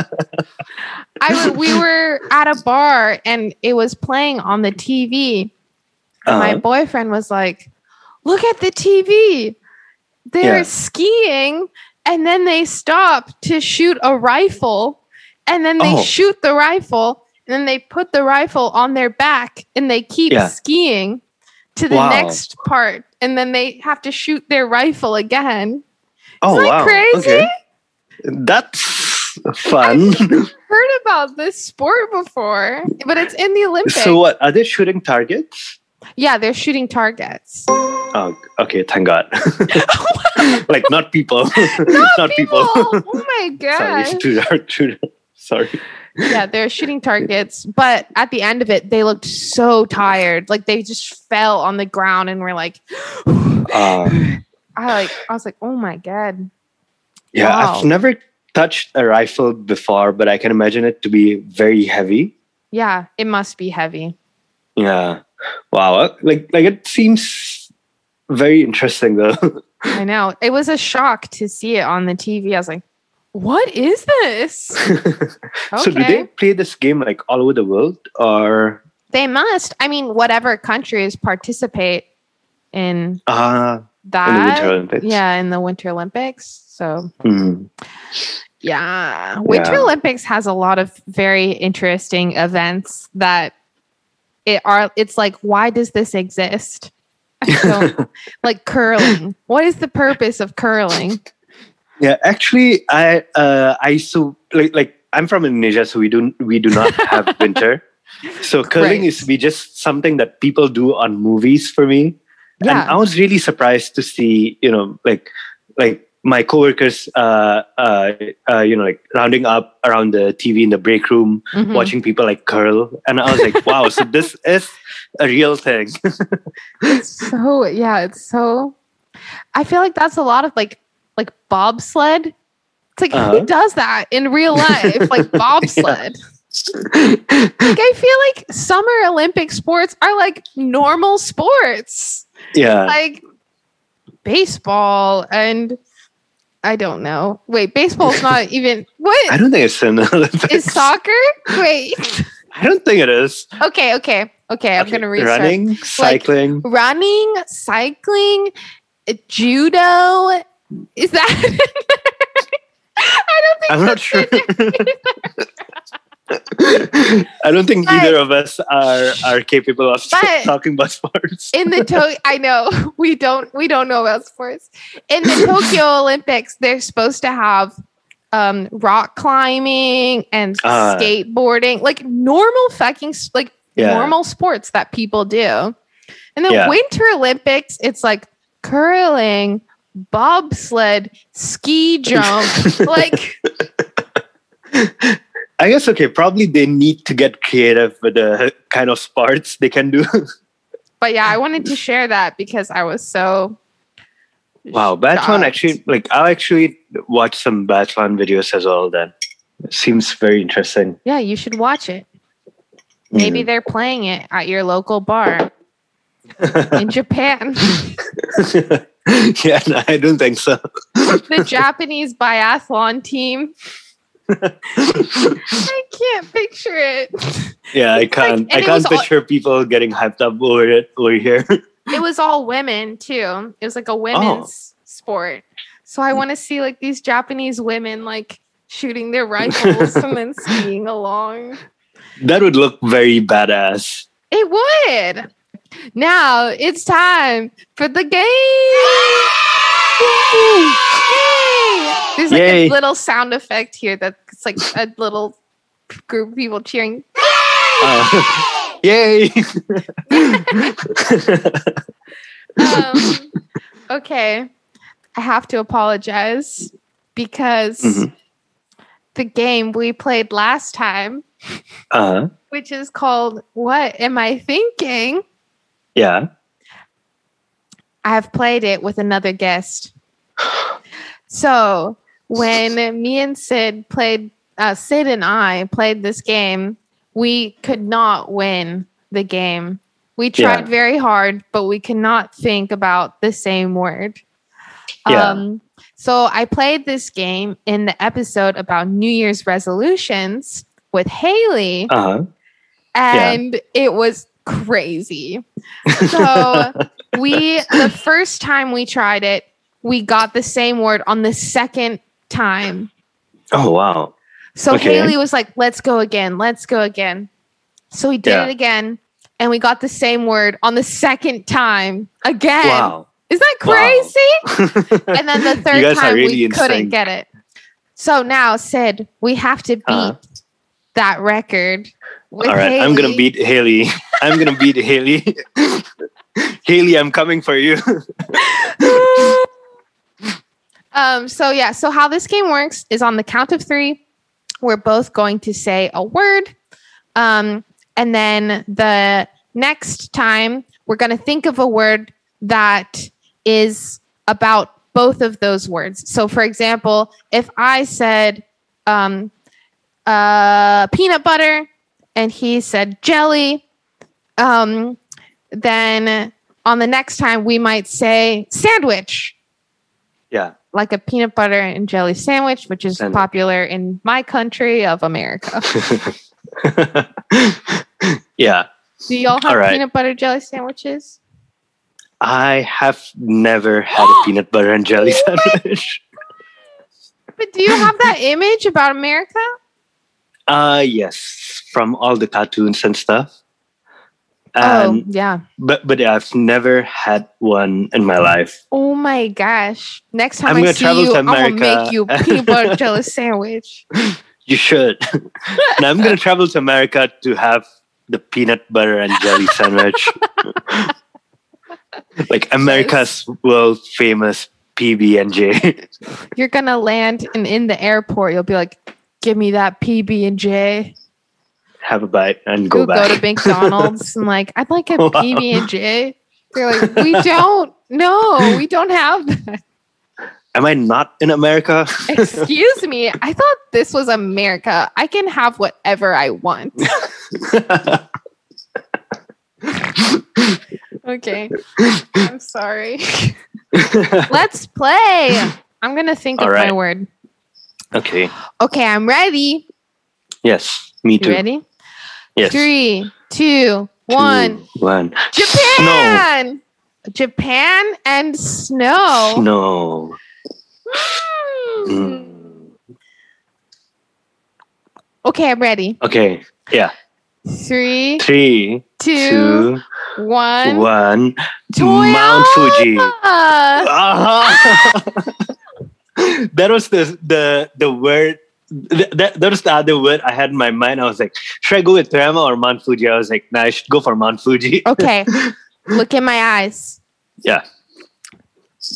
Speaker 1: I w- we were at a bar and it was playing on the TV. And my
Speaker 2: Uh-huh.
Speaker 1: boyfriend was like, "Look at the TV. They're
Speaker 2: Yeah.
Speaker 1: skiing and then they stop to shoot a rifle and then they
Speaker 2: Oh.
Speaker 1: shoot the rifle and then they put the rifle on their back and they keep
Speaker 2: Yeah.
Speaker 1: skiing to the
Speaker 2: Wow.
Speaker 1: next part and then they have to shoot their rifle again."
Speaker 2: oh
Speaker 1: that
Speaker 2: wow!
Speaker 1: crazy?
Speaker 2: Okay, that's fun. [LAUGHS]
Speaker 1: Heard about this sport before, but it's in the Olympics.
Speaker 2: so what are they shooting targets?
Speaker 1: Yeah, they're shooting
Speaker 2: [LAUGHS]
Speaker 1: targets.
Speaker 2: Oh, okay,
Speaker 1: [LAUGHS]
Speaker 2: thank God. [LAUGHS] like not people, [LAUGHS] not people.
Speaker 1: oh my
Speaker 2: [LAUGHS] Sorry,
Speaker 1: gosh.
Speaker 2: too dark. Too dark. Sorry.
Speaker 1: yeah, they're shooting targets, but at the end of it, they looked so tired. Like they just fell on the ground and were like,
Speaker 2: Um,
Speaker 1: I like, I was like, oh my god.
Speaker 2: yeah,
Speaker 1: Wow.
Speaker 2: I've never touched a rifle before, but I can imagine it to be very heavy.
Speaker 1: Yeah, it must be heavy.
Speaker 2: Yeah. Wow. Uh, Like like it seems very interesting though. [LAUGHS]
Speaker 1: I know. It was a shock to see it on the TV. I was like, what is this?
Speaker 2: So do
Speaker 1: Okay.
Speaker 2: they play this game like all over the world or
Speaker 1: they must. I mean, whatever countries participate in
Speaker 2: uh
Speaker 1: that.
Speaker 2: in the Winter Olympics?
Speaker 1: Yeah, in the Winter Olympics. So
Speaker 2: Hmm.
Speaker 1: Yeah. Winter
Speaker 2: Yeah.
Speaker 1: Olympics has a lot of very interesting events that it are it's like why does this exist? I
Speaker 2: [LAUGHS]
Speaker 1: don't- like curling. What is the purpose of curling?
Speaker 2: Yeah, actually I uh I used to like like I'm from Indonesia, so we don't we
Speaker 1: [LAUGHS]
Speaker 2: do not have winter. So curling
Speaker 1: Great.
Speaker 2: is be just something that people do on movies for me. and
Speaker 1: Yeah.
Speaker 2: I was really surprised to see you know like like my coworkers uh, uh, uh, you know like rounding up around the TV in the break room
Speaker 1: Mhm.
Speaker 2: watching people like curl and I was like
Speaker 1: [LAUGHS]
Speaker 2: wow so this is a real thing
Speaker 1: It's so yeah, it's so I feel like that's a lot of like like bobsled. It's like who
Speaker 2: Uh-huh.
Speaker 1: does that in real life?
Speaker 2: [LAUGHS]
Speaker 1: Like bobsled. Like I feel like summer Olympic sports are like normal sports.
Speaker 2: yeah
Speaker 1: like baseball and I don't know. Wait, baseball's
Speaker 2: [LAUGHS]
Speaker 1: not even
Speaker 2: I
Speaker 1: what
Speaker 2: don't think it's an [LAUGHS] Olympics
Speaker 1: is
Speaker 2: [LAUGHS]
Speaker 1: soccer? Wait.
Speaker 2: I don't think it is
Speaker 1: Okay, okay. Okay, I'm
Speaker 2: Okay,
Speaker 1: going to research. Running,
Speaker 2: running cycling
Speaker 1: cycling, uh, judo. Is that [LAUGHS] I don't think
Speaker 2: I'm
Speaker 1: that's
Speaker 2: not sure
Speaker 1: in there.
Speaker 2: I don't think
Speaker 1: But-
Speaker 2: either of us are are capable of
Speaker 1: But-
Speaker 2: [LAUGHS] talking about sports
Speaker 1: in the
Speaker 2: [LAUGHS]
Speaker 1: to- I know [LAUGHS] we don't we don't know about sports. In the
Speaker 2: [LAUGHS]
Speaker 1: Tokyo Olympics, they're supposed to have um rock climbing and
Speaker 2: Ah.
Speaker 1: skateboarding, like normal fucking s- like
Speaker 2: Yeah.
Speaker 1: normal sports that people do. And the
Speaker 2: Yeah.
Speaker 1: Winter Olympics, it's like curling, bobsled, ski
Speaker 2: [LAUGHS]
Speaker 1: jump, like
Speaker 2: I guess okay. Probably they need to get creative with the kind of sports they can do.
Speaker 1: but yeah, I wanted to share that because I was so
Speaker 2: [LAUGHS] wow, biathlon
Speaker 1: shocked.
Speaker 2: actually like I'll actually watch some biathlon videos as well. Then it seems very interesting.
Speaker 1: Yeah, you should watch it.
Speaker 2: [LAUGHS]
Speaker 1: Maybe they're playing it at your local bar in Japan. [LAUGHS]
Speaker 2: Mm. yeah, no, I don't think so.
Speaker 1: the Japanese biathlon team. I can't picture it.
Speaker 2: Yeah, I
Speaker 1: It's like-
Speaker 2: can't.
Speaker 1: and
Speaker 2: I
Speaker 1: it
Speaker 2: can't
Speaker 1: was all-
Speaker 2: picture people getting hyped up over it over here. [LAUGHS]
Speaker 1: It was all women too. It was like a women's sport. So I want to see like these Japanese women like shooting their rifles and then skiing along.
Speaker 2: that would look very badass.
Speaker 1: [LAUGHS] It would. Now it's time for the game. Yay! There's like
Speaker 2: Yay.
Speaker 1: a little sound effect here that's like a little group of people cheering.
Speaker 2: Uh, [LAUGHS] yay!
Speaker 1: Um, okay, I have to apologize because
Speaker 2: Mhm.
Speaker 1: the game we played last time,
Speaker 2: uh,
Speaker 1: which is called What Am I Thinking?
Speaker 2: yeah.
Speaker 1: I have played it with another guest. So when me and Sid played, uh, Sid and I played this game, we could not win the game. We tried
Speaker 2: Yeah.
Speaker 1: very hard, but we cannot think about the same word.
Speaker 2: Yeah.
Speaker 1: Um, so I played this game in the episode about New Year's resolutions with Haley,
Speaker 2: Uh huh.
Speaker 1: and it was
Speaker 2: [LAUGHS]
Speaker 1: crazy. So we, the first time we tried it, we got the same word on the second time.
Speaker 2: Oh wow.
Speaker 1: So
Speaker 2: Okay.
Speaker 1: Haley was like, let's go again, let's go again. So we did
Speaker 2: Yeah.
Speaker 1: it again, and we got the same word on the second time again.
Speaker 2: Wow.
Speaker 1: Is that
Speaker 2: Wow. [LAUGHS]
Speaker 1: crazy? and then the
Speaker 2: You
Speaker 1: third
Speaker 2: guys are
Speaker 1: time
Speaker 2: really
Speaker 1: we
Speaker 2: in
Speaker 1: couldn't
Speaker 2: sync.
Speaker 1: get it. So now, Sid, we have to beat
Speaker 2: Uh-huh.
Speaker 1: that record. with
Speaker 2: All right. I'm gonna
Speaker 1: Haley.
Speaker 2: beat Haley. [LAUGHS] I'm gonna beat Haley. [LAUGHS] Haley, I'm coming for you. [LAUGHS]
Speaker 1: Um, so yeah, so how this game works is on the count of three, we're both going to say a word. Um, and then the next time we're gonna think of a word that is about both of those words. So for example, if I said um uh peanut butter and he said jelly, um then on the next time we might say sandwich
Speaker 2: yeah. [LAUGHS]
Speaker 1: like a peanut butter and jelly sandwich, which is
Speaker 2: Sandwich.
Speaker 1: popular in my country of America.
Speaker 2: yeah.
Speaker 1: Do y'all have
Speaker 2: All right.
Speaker 1: peanut butter jelly sandwiches?
Speaker 2: I have never had
Speaker 1: [GASPS]
Speaker 2: a peanut butter and jelly
Speaker 1: Oh
Speaker 2: sandwich.
Speaker 1: But do you have that image about
Speaker 2: [LAUGHS]
Speaker 1: America?
Speaker 2: Uh yes, from all the cartoons and stuff.
Speaker 1: oh,
Speaker 2: And
Speaker 1: yeah.
Speaker 2: but but yeah, I've never had one in my life.
Speaker 1: Oh my gosh. Next time
Speaker 2: I'm
Speaker 1: i
Speaker 2: gonna
Speaker 1: see
Speaker 2: travel
Speaker 1: you,
Speaker 2: to
Speaker 1: I'm going to
Speaker 2: America.
Speaker 1: make you
Speaker 2: [LAUGHS]
Speaker 1: peanut butter jelly sandwich.
Speaker 2: You should. [LAUGHS] and I'm gonna travel to America to have the peanut butter and
Speaker 1: [LAUGHS]
Speaker 2: jelly sandwich. like America's world famous PB and J. [LAUGHS]
Speaker 1: You're going to land and in the airport, you'll be like, give me that PB&J.
Speaker 2: Have a bite and go
Speaker 1: You'll
Speaker 2: back. [LAUGHS]
Speaker 1: go to McDonald's and like, I'd like a
Speaker 2: Wow.
Speaker 1: PB&J. They're like, we
Speaker 2: [LAUGHS]
Speaker 1: don't. No, we don't have that.
Speaker 2: Am I not in
Speaker 1: [LAUGHS]
Speaker 2: America?
Speaker 1: Excuse me. I thought this was America. I can have whatever I want. Okay. I'm
Speaker 2: [LAUGHS]
Speaker 1: sorry. Let's play. I'm going to think
Speaker 2: All
Speaker 1: of my
Speaker 2: right.
Speaker 1: word.
Speaker 2: okay.
Speaker 1: Okay, I'm ready.
Speaker 2: Yes. Me
Speaker 1: You
Speaker 2: too.
Speaker 1: ready?
Speaker 2: Yes.
Speaker 1: Three, two, one.
Speaker 2: Two, one.
Speaker 1: Japan! Japan and snow.
Speaker 2: Snow.
Speaker 1: Hmm.
Speaker 2: Mm.
Speaker 1: Okay, I'm ready.
Speaker 2: Okay. Yeah.
Speaker 1: Three,
Speaker 2: Three,
Speaker 1: two,
Speaker 2: two,
Speaker 1: one.
Speaker 2: one.
Speaker 1: Toyota!
Speaker 2: Mount Fuji. Uh-huh. [LAUGHS] that was the the the word. th- That, that was the other word I had in my mind. I was like, should I go with Rama or Mount Fuji? I was like, nah, I should go for Mount [LAUGHS] Fuji.
Speaker 1: Okay. Look in my eyes.
Speaker 2: Yeah.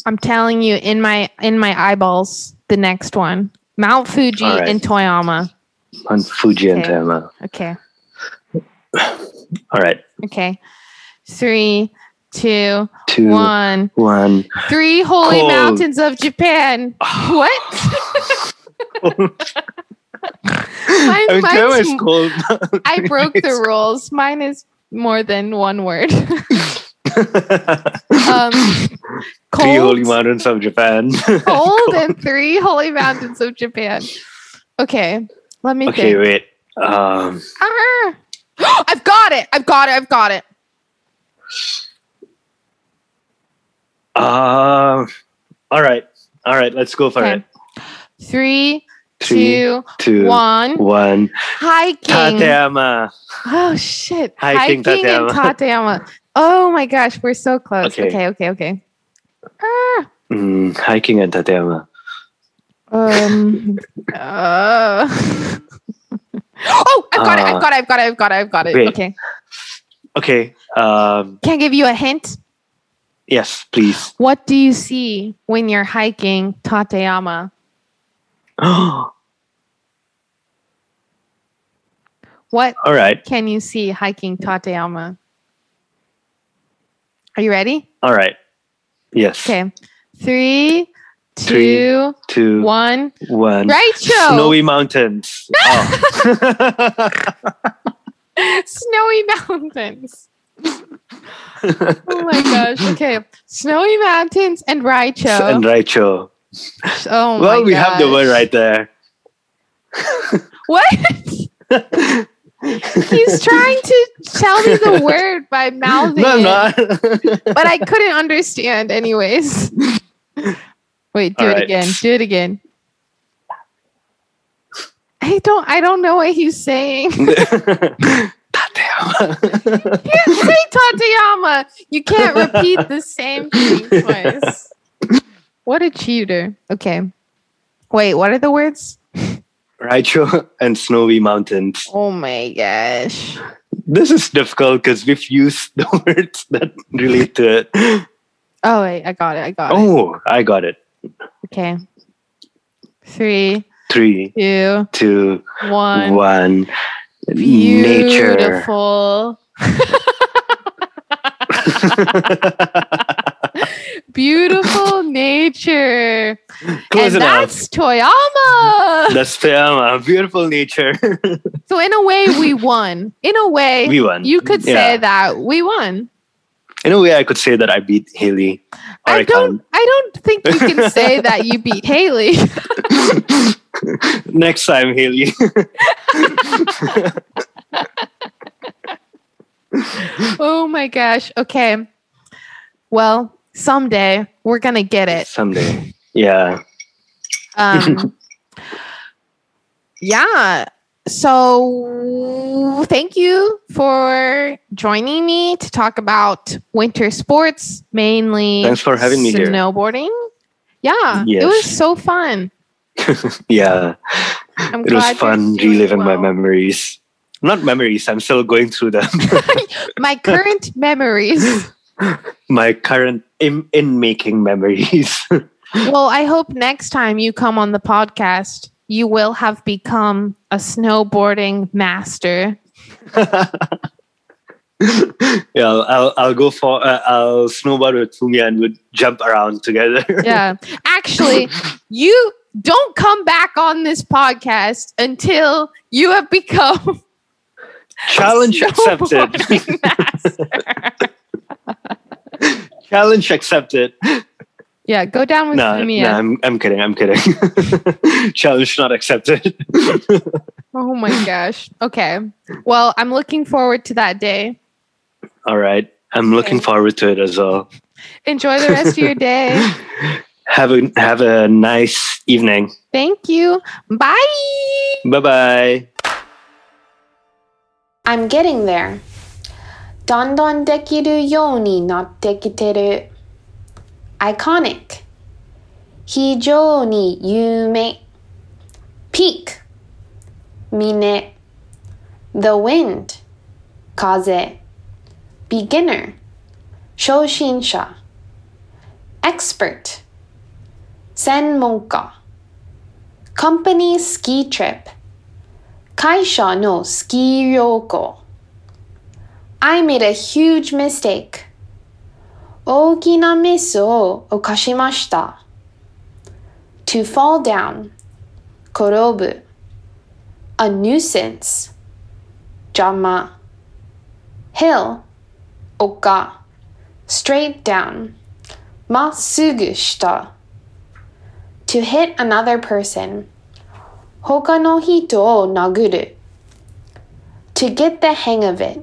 Speaker 1: I'm telling you in my in my eyeballs the next one. Mount Fuji
Speaker 2: All right.
Speaker 1: and Toyama.
Speaker 2: Mount Fuji and
Speaker 1: Okay.
Speaker 2: Rama.
Speaker 1: Okay.
Speaker 2: All right.
Speaker 1: Okay. Three, two,
Speaker 2: Two, one.
Speaker 1: one. Three holy
Speaker 2: Cold.
Speaker 1: mountains of
Speaker 2: [SIGHS]
Speaker 1: Japan. What? Mine-
Speaker 2: I mean, Rama
Speaker 1: mine's-
Speaker 2: is cold.
Speaker 1: I broke the rules. Mine is more than one word. [LAUGHS] um
Speaker 2: [LAUGHS] Three
Speaker 1: cold,
Speaker 2: holy mountains of Japan. [LAUGHS]
Speaker 1: cold and three holy mountains of Japan. Okay. Let me
Speaker 2: okay,
Speaker 1: think.
Speaker 2: wait. Um,
Speaker 1: Arr! [GASPS] I've got it. I've got it. I've got it.
Speaker 2: uh, all right. All right. Let's go for
Speaker 1: Okay.
Speaker 2: it.
Speaker 1: Three,
Speaker 2: Three,
Speaker 1: two,
Speaker 2: two, one.
Speaker 1: one. Hiking.
Speaker 2: Tateyama.
Speaker 1: Oh shit.
Speaker 2: Hiking, [LAUGHS]
Speaker 1: and Tateyama. Oh my gosh, we're so close.
Speaker 2: Okay.
Speaker 1: Okay, okay, okay. Ah.
Speaker 2: Mm, hiking and Tateyama. [LAUGHS]
Speaker 1: um uh. [LAUGHS] Oh, I've got it.
Speaker 2: Uh.
Speaker 1: I've got it. I've got it. I've got it. I've got it.
Speaker 2: Wait.
Speaker 1: Okay.
Speaker 2: Okay. Um,
Speaker 1: Can I give you a hint?
Speaker 2: yes, please. [GASPS]
Speaker 1: What do you see when you're hiking Tateyama?
Speaker 2: all
Speaker 1: What
Speaker 2: right.
Speaker 1: can you see hiking Tateyama? Are you ready?
Speaker 2: All right. Yes.
Speaker 1: Okay. Three,
Speaker 2: Three,
Speaker 1: two,
Speaker 2: Two, one.
Speaker 1: one. Right, Joe. [LAUGHS]
Speaker 2: Snowy mountains. Oh.
Speaker 1: Snowy mountains. oh my gosh. Okay. Snowy mountains and Raicho.
Speaker 2: [LAUGHS] And Raicho.
Speaker 1: oh my
Speaker 2: well, we have
Speaker 1: gosh.
Speaker 2: the word right there.
Speaker 1: What? [LAUGHS] He's trying to tell me the word by mouthing
Speaker 2: [LAUGHS] no, I'm
Speaker 1: it,
Speaker 2: not.
Speaker 1: but I couldn't understand anyways. [LAUGHS] Wait, do
Speaker 2: All
Speaker 1: it
Speaker 2: right.
Speaker 1: again. Do it again. I don't I don't know what he's saying. [LAUGHS]
Speaker 2: [LAUGHS] Tateyama.
Speaker 1: You can't say Tateyama. You can't repeat the same thing twice. What a cheater. Okay. Wait, what are the words?
Speaker 2: [LAUGHS] Raicho and snowy mountains.
Speaker 1: Oh my gosh.
Speaker 2: This is difficult because we've used [LAUGHS] the words that relate to it.
Speaker 1: Oh wait, I got it. I got it.
Speaker 2: Oh, I got it.
Speaker 1: Okay. Three,
Speaker 2: Three,
Speaker 1: two,
Speaker 2: two,
Speaker 1: one.
Speaker 2: one. Nature. [LAUGHS]
Speaker 1: Beautiful.
Speaker 2: [LAUGHS]
Speaker 1: Beautiful nature.
Speaker 2: Close
Speaker 1: and
Speaker 2: enough.
Speaker 1: that's [LAUGHS] Toyama.
Speaker 2: That's Teyama. Beautiful nature.
Speaker 1: So in a way we won. In a way
Speaker 2: we won.
Speaker 1: you could say
Speaker 2: Yeah.
Speaker 1: that we won.
Speaker 2: In a way, I could say that I beat Haley. Or
Speaker 1: I,
Speaker 2: can't.
Speaker 1: don't I don't think you
Speaker 2: [LAUGHS]
Speaker 1: can say that you beat Haley. [LAUGHS]
Speaker 2: [LAUGHS] Next time, Haley.
Speaker 1: oh my gosh. Okay. Well, someday we're gonna get it.
Speaker 2: [LAUGHS] Someday. Yeah. [LAUGHS]
Speaker 1: Um yeah. So thank you for joining me to talk about winter sports, mainly
Speaker 2: Thanks for having me here.
Speaker 1: snowboarding. Yeah, it
Speaker 2: Yes.
Speaker 1: was so fun.
Speaker 2: Yeah.
Speaker 1: I'm
Speaker 2: it was
Speaker 1: glad you're
Speaker 2: fun
Speaker 1: doing
Speaker 2: reliving my
Speaker 1: well.
Speaker 2: memories. Not memories. I'm still going through them. [LAUGHS]
Speaker 1: My current memories.
Speaker 2: my current in, in making memories. [LAUGHS]
Speaker 1: Well, I hope next time you come on the podcast, you will have become a snowboarding master.
Speaker 2: [LAUGHS] yeah, I'll, I'll I'll go for uh, I'll snowboard with Fumia and we'll jump around together.
Speaker 1: Yeah. Actually, you don't come back on this podcast until you have become
Speaker 2: [LAUGHS]
Speaker 1: [LAUGHS]
Speaker 2: Challenge
Speaker 1: a
Speaker 2: accepted. [LAUGHS]
Speaker 1: snowboarding master.
Speaker 2: Challenge accepted.
Speaker 1: yeah, go down with
Speaker 2: No,
Speaker 1: me.
Speaker 2: no, I'm I'm kidding. I'm kidding. [LAUGHS] Challenge not accepted. [LAUGHS]
Speaker 1: Oh my gosh. Okay. Well, I'm looking forward to that day.
Speaker 2: All right. I'm looking
Speaker 1: Okay.
Speaker 2: forward to it as well.
Speaker 1: Enjoy the rest of your
Speaker 2: [LAUGHS]
Speaker 1: day.
Speaker 2: Have a have a nice evening.
Speaker 1: Thank you. Bye.
Speaker 2: Bye bye.
Speaker 3: I'm getting there. だんだんできるようになってきてる。iconic 非常に有名 peak 峰 the wind 風 beginner 初心者 expert 専門家 company ski trip 会社のスキー旅行 I made a huge mistake 大きなミスを犯しました。to fall down 転ぶ a nuisance 邪魔 hill 丘 straight down まっすぐ下 to hit another person 他の人を殴る to get the hang of it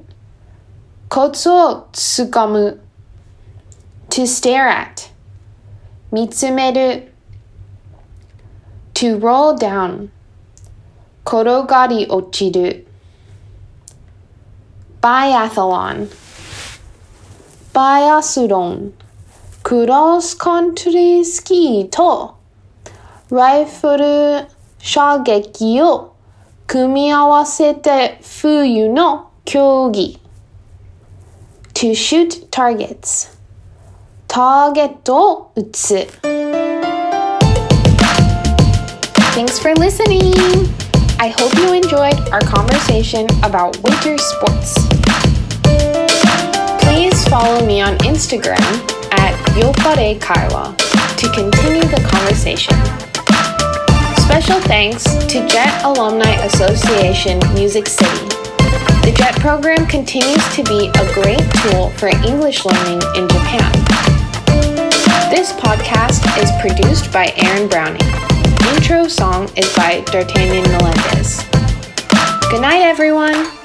Speaker 3: コツをつかむ to stare at 見つめる to roll down 転がり落ちる biathlon バイアスロンクロスカントリースキーとライフル射撃を組み合わせて冬の競技 to shoot targets ターゲットを撃つ。Thanks for listening! I hope you enjoyed our conversation about winter sports. Please follow me on Instagram at Yokare Kaiwa to continue the conversation. Special thanks to Jet Alumni Association Music City. The JET program continues to be a great tool for English learning in Japan.
Speaker 1: This podcast is produced by Aaron Browning. Intro song is by D'Artagnan Melendez. Good night, everyone.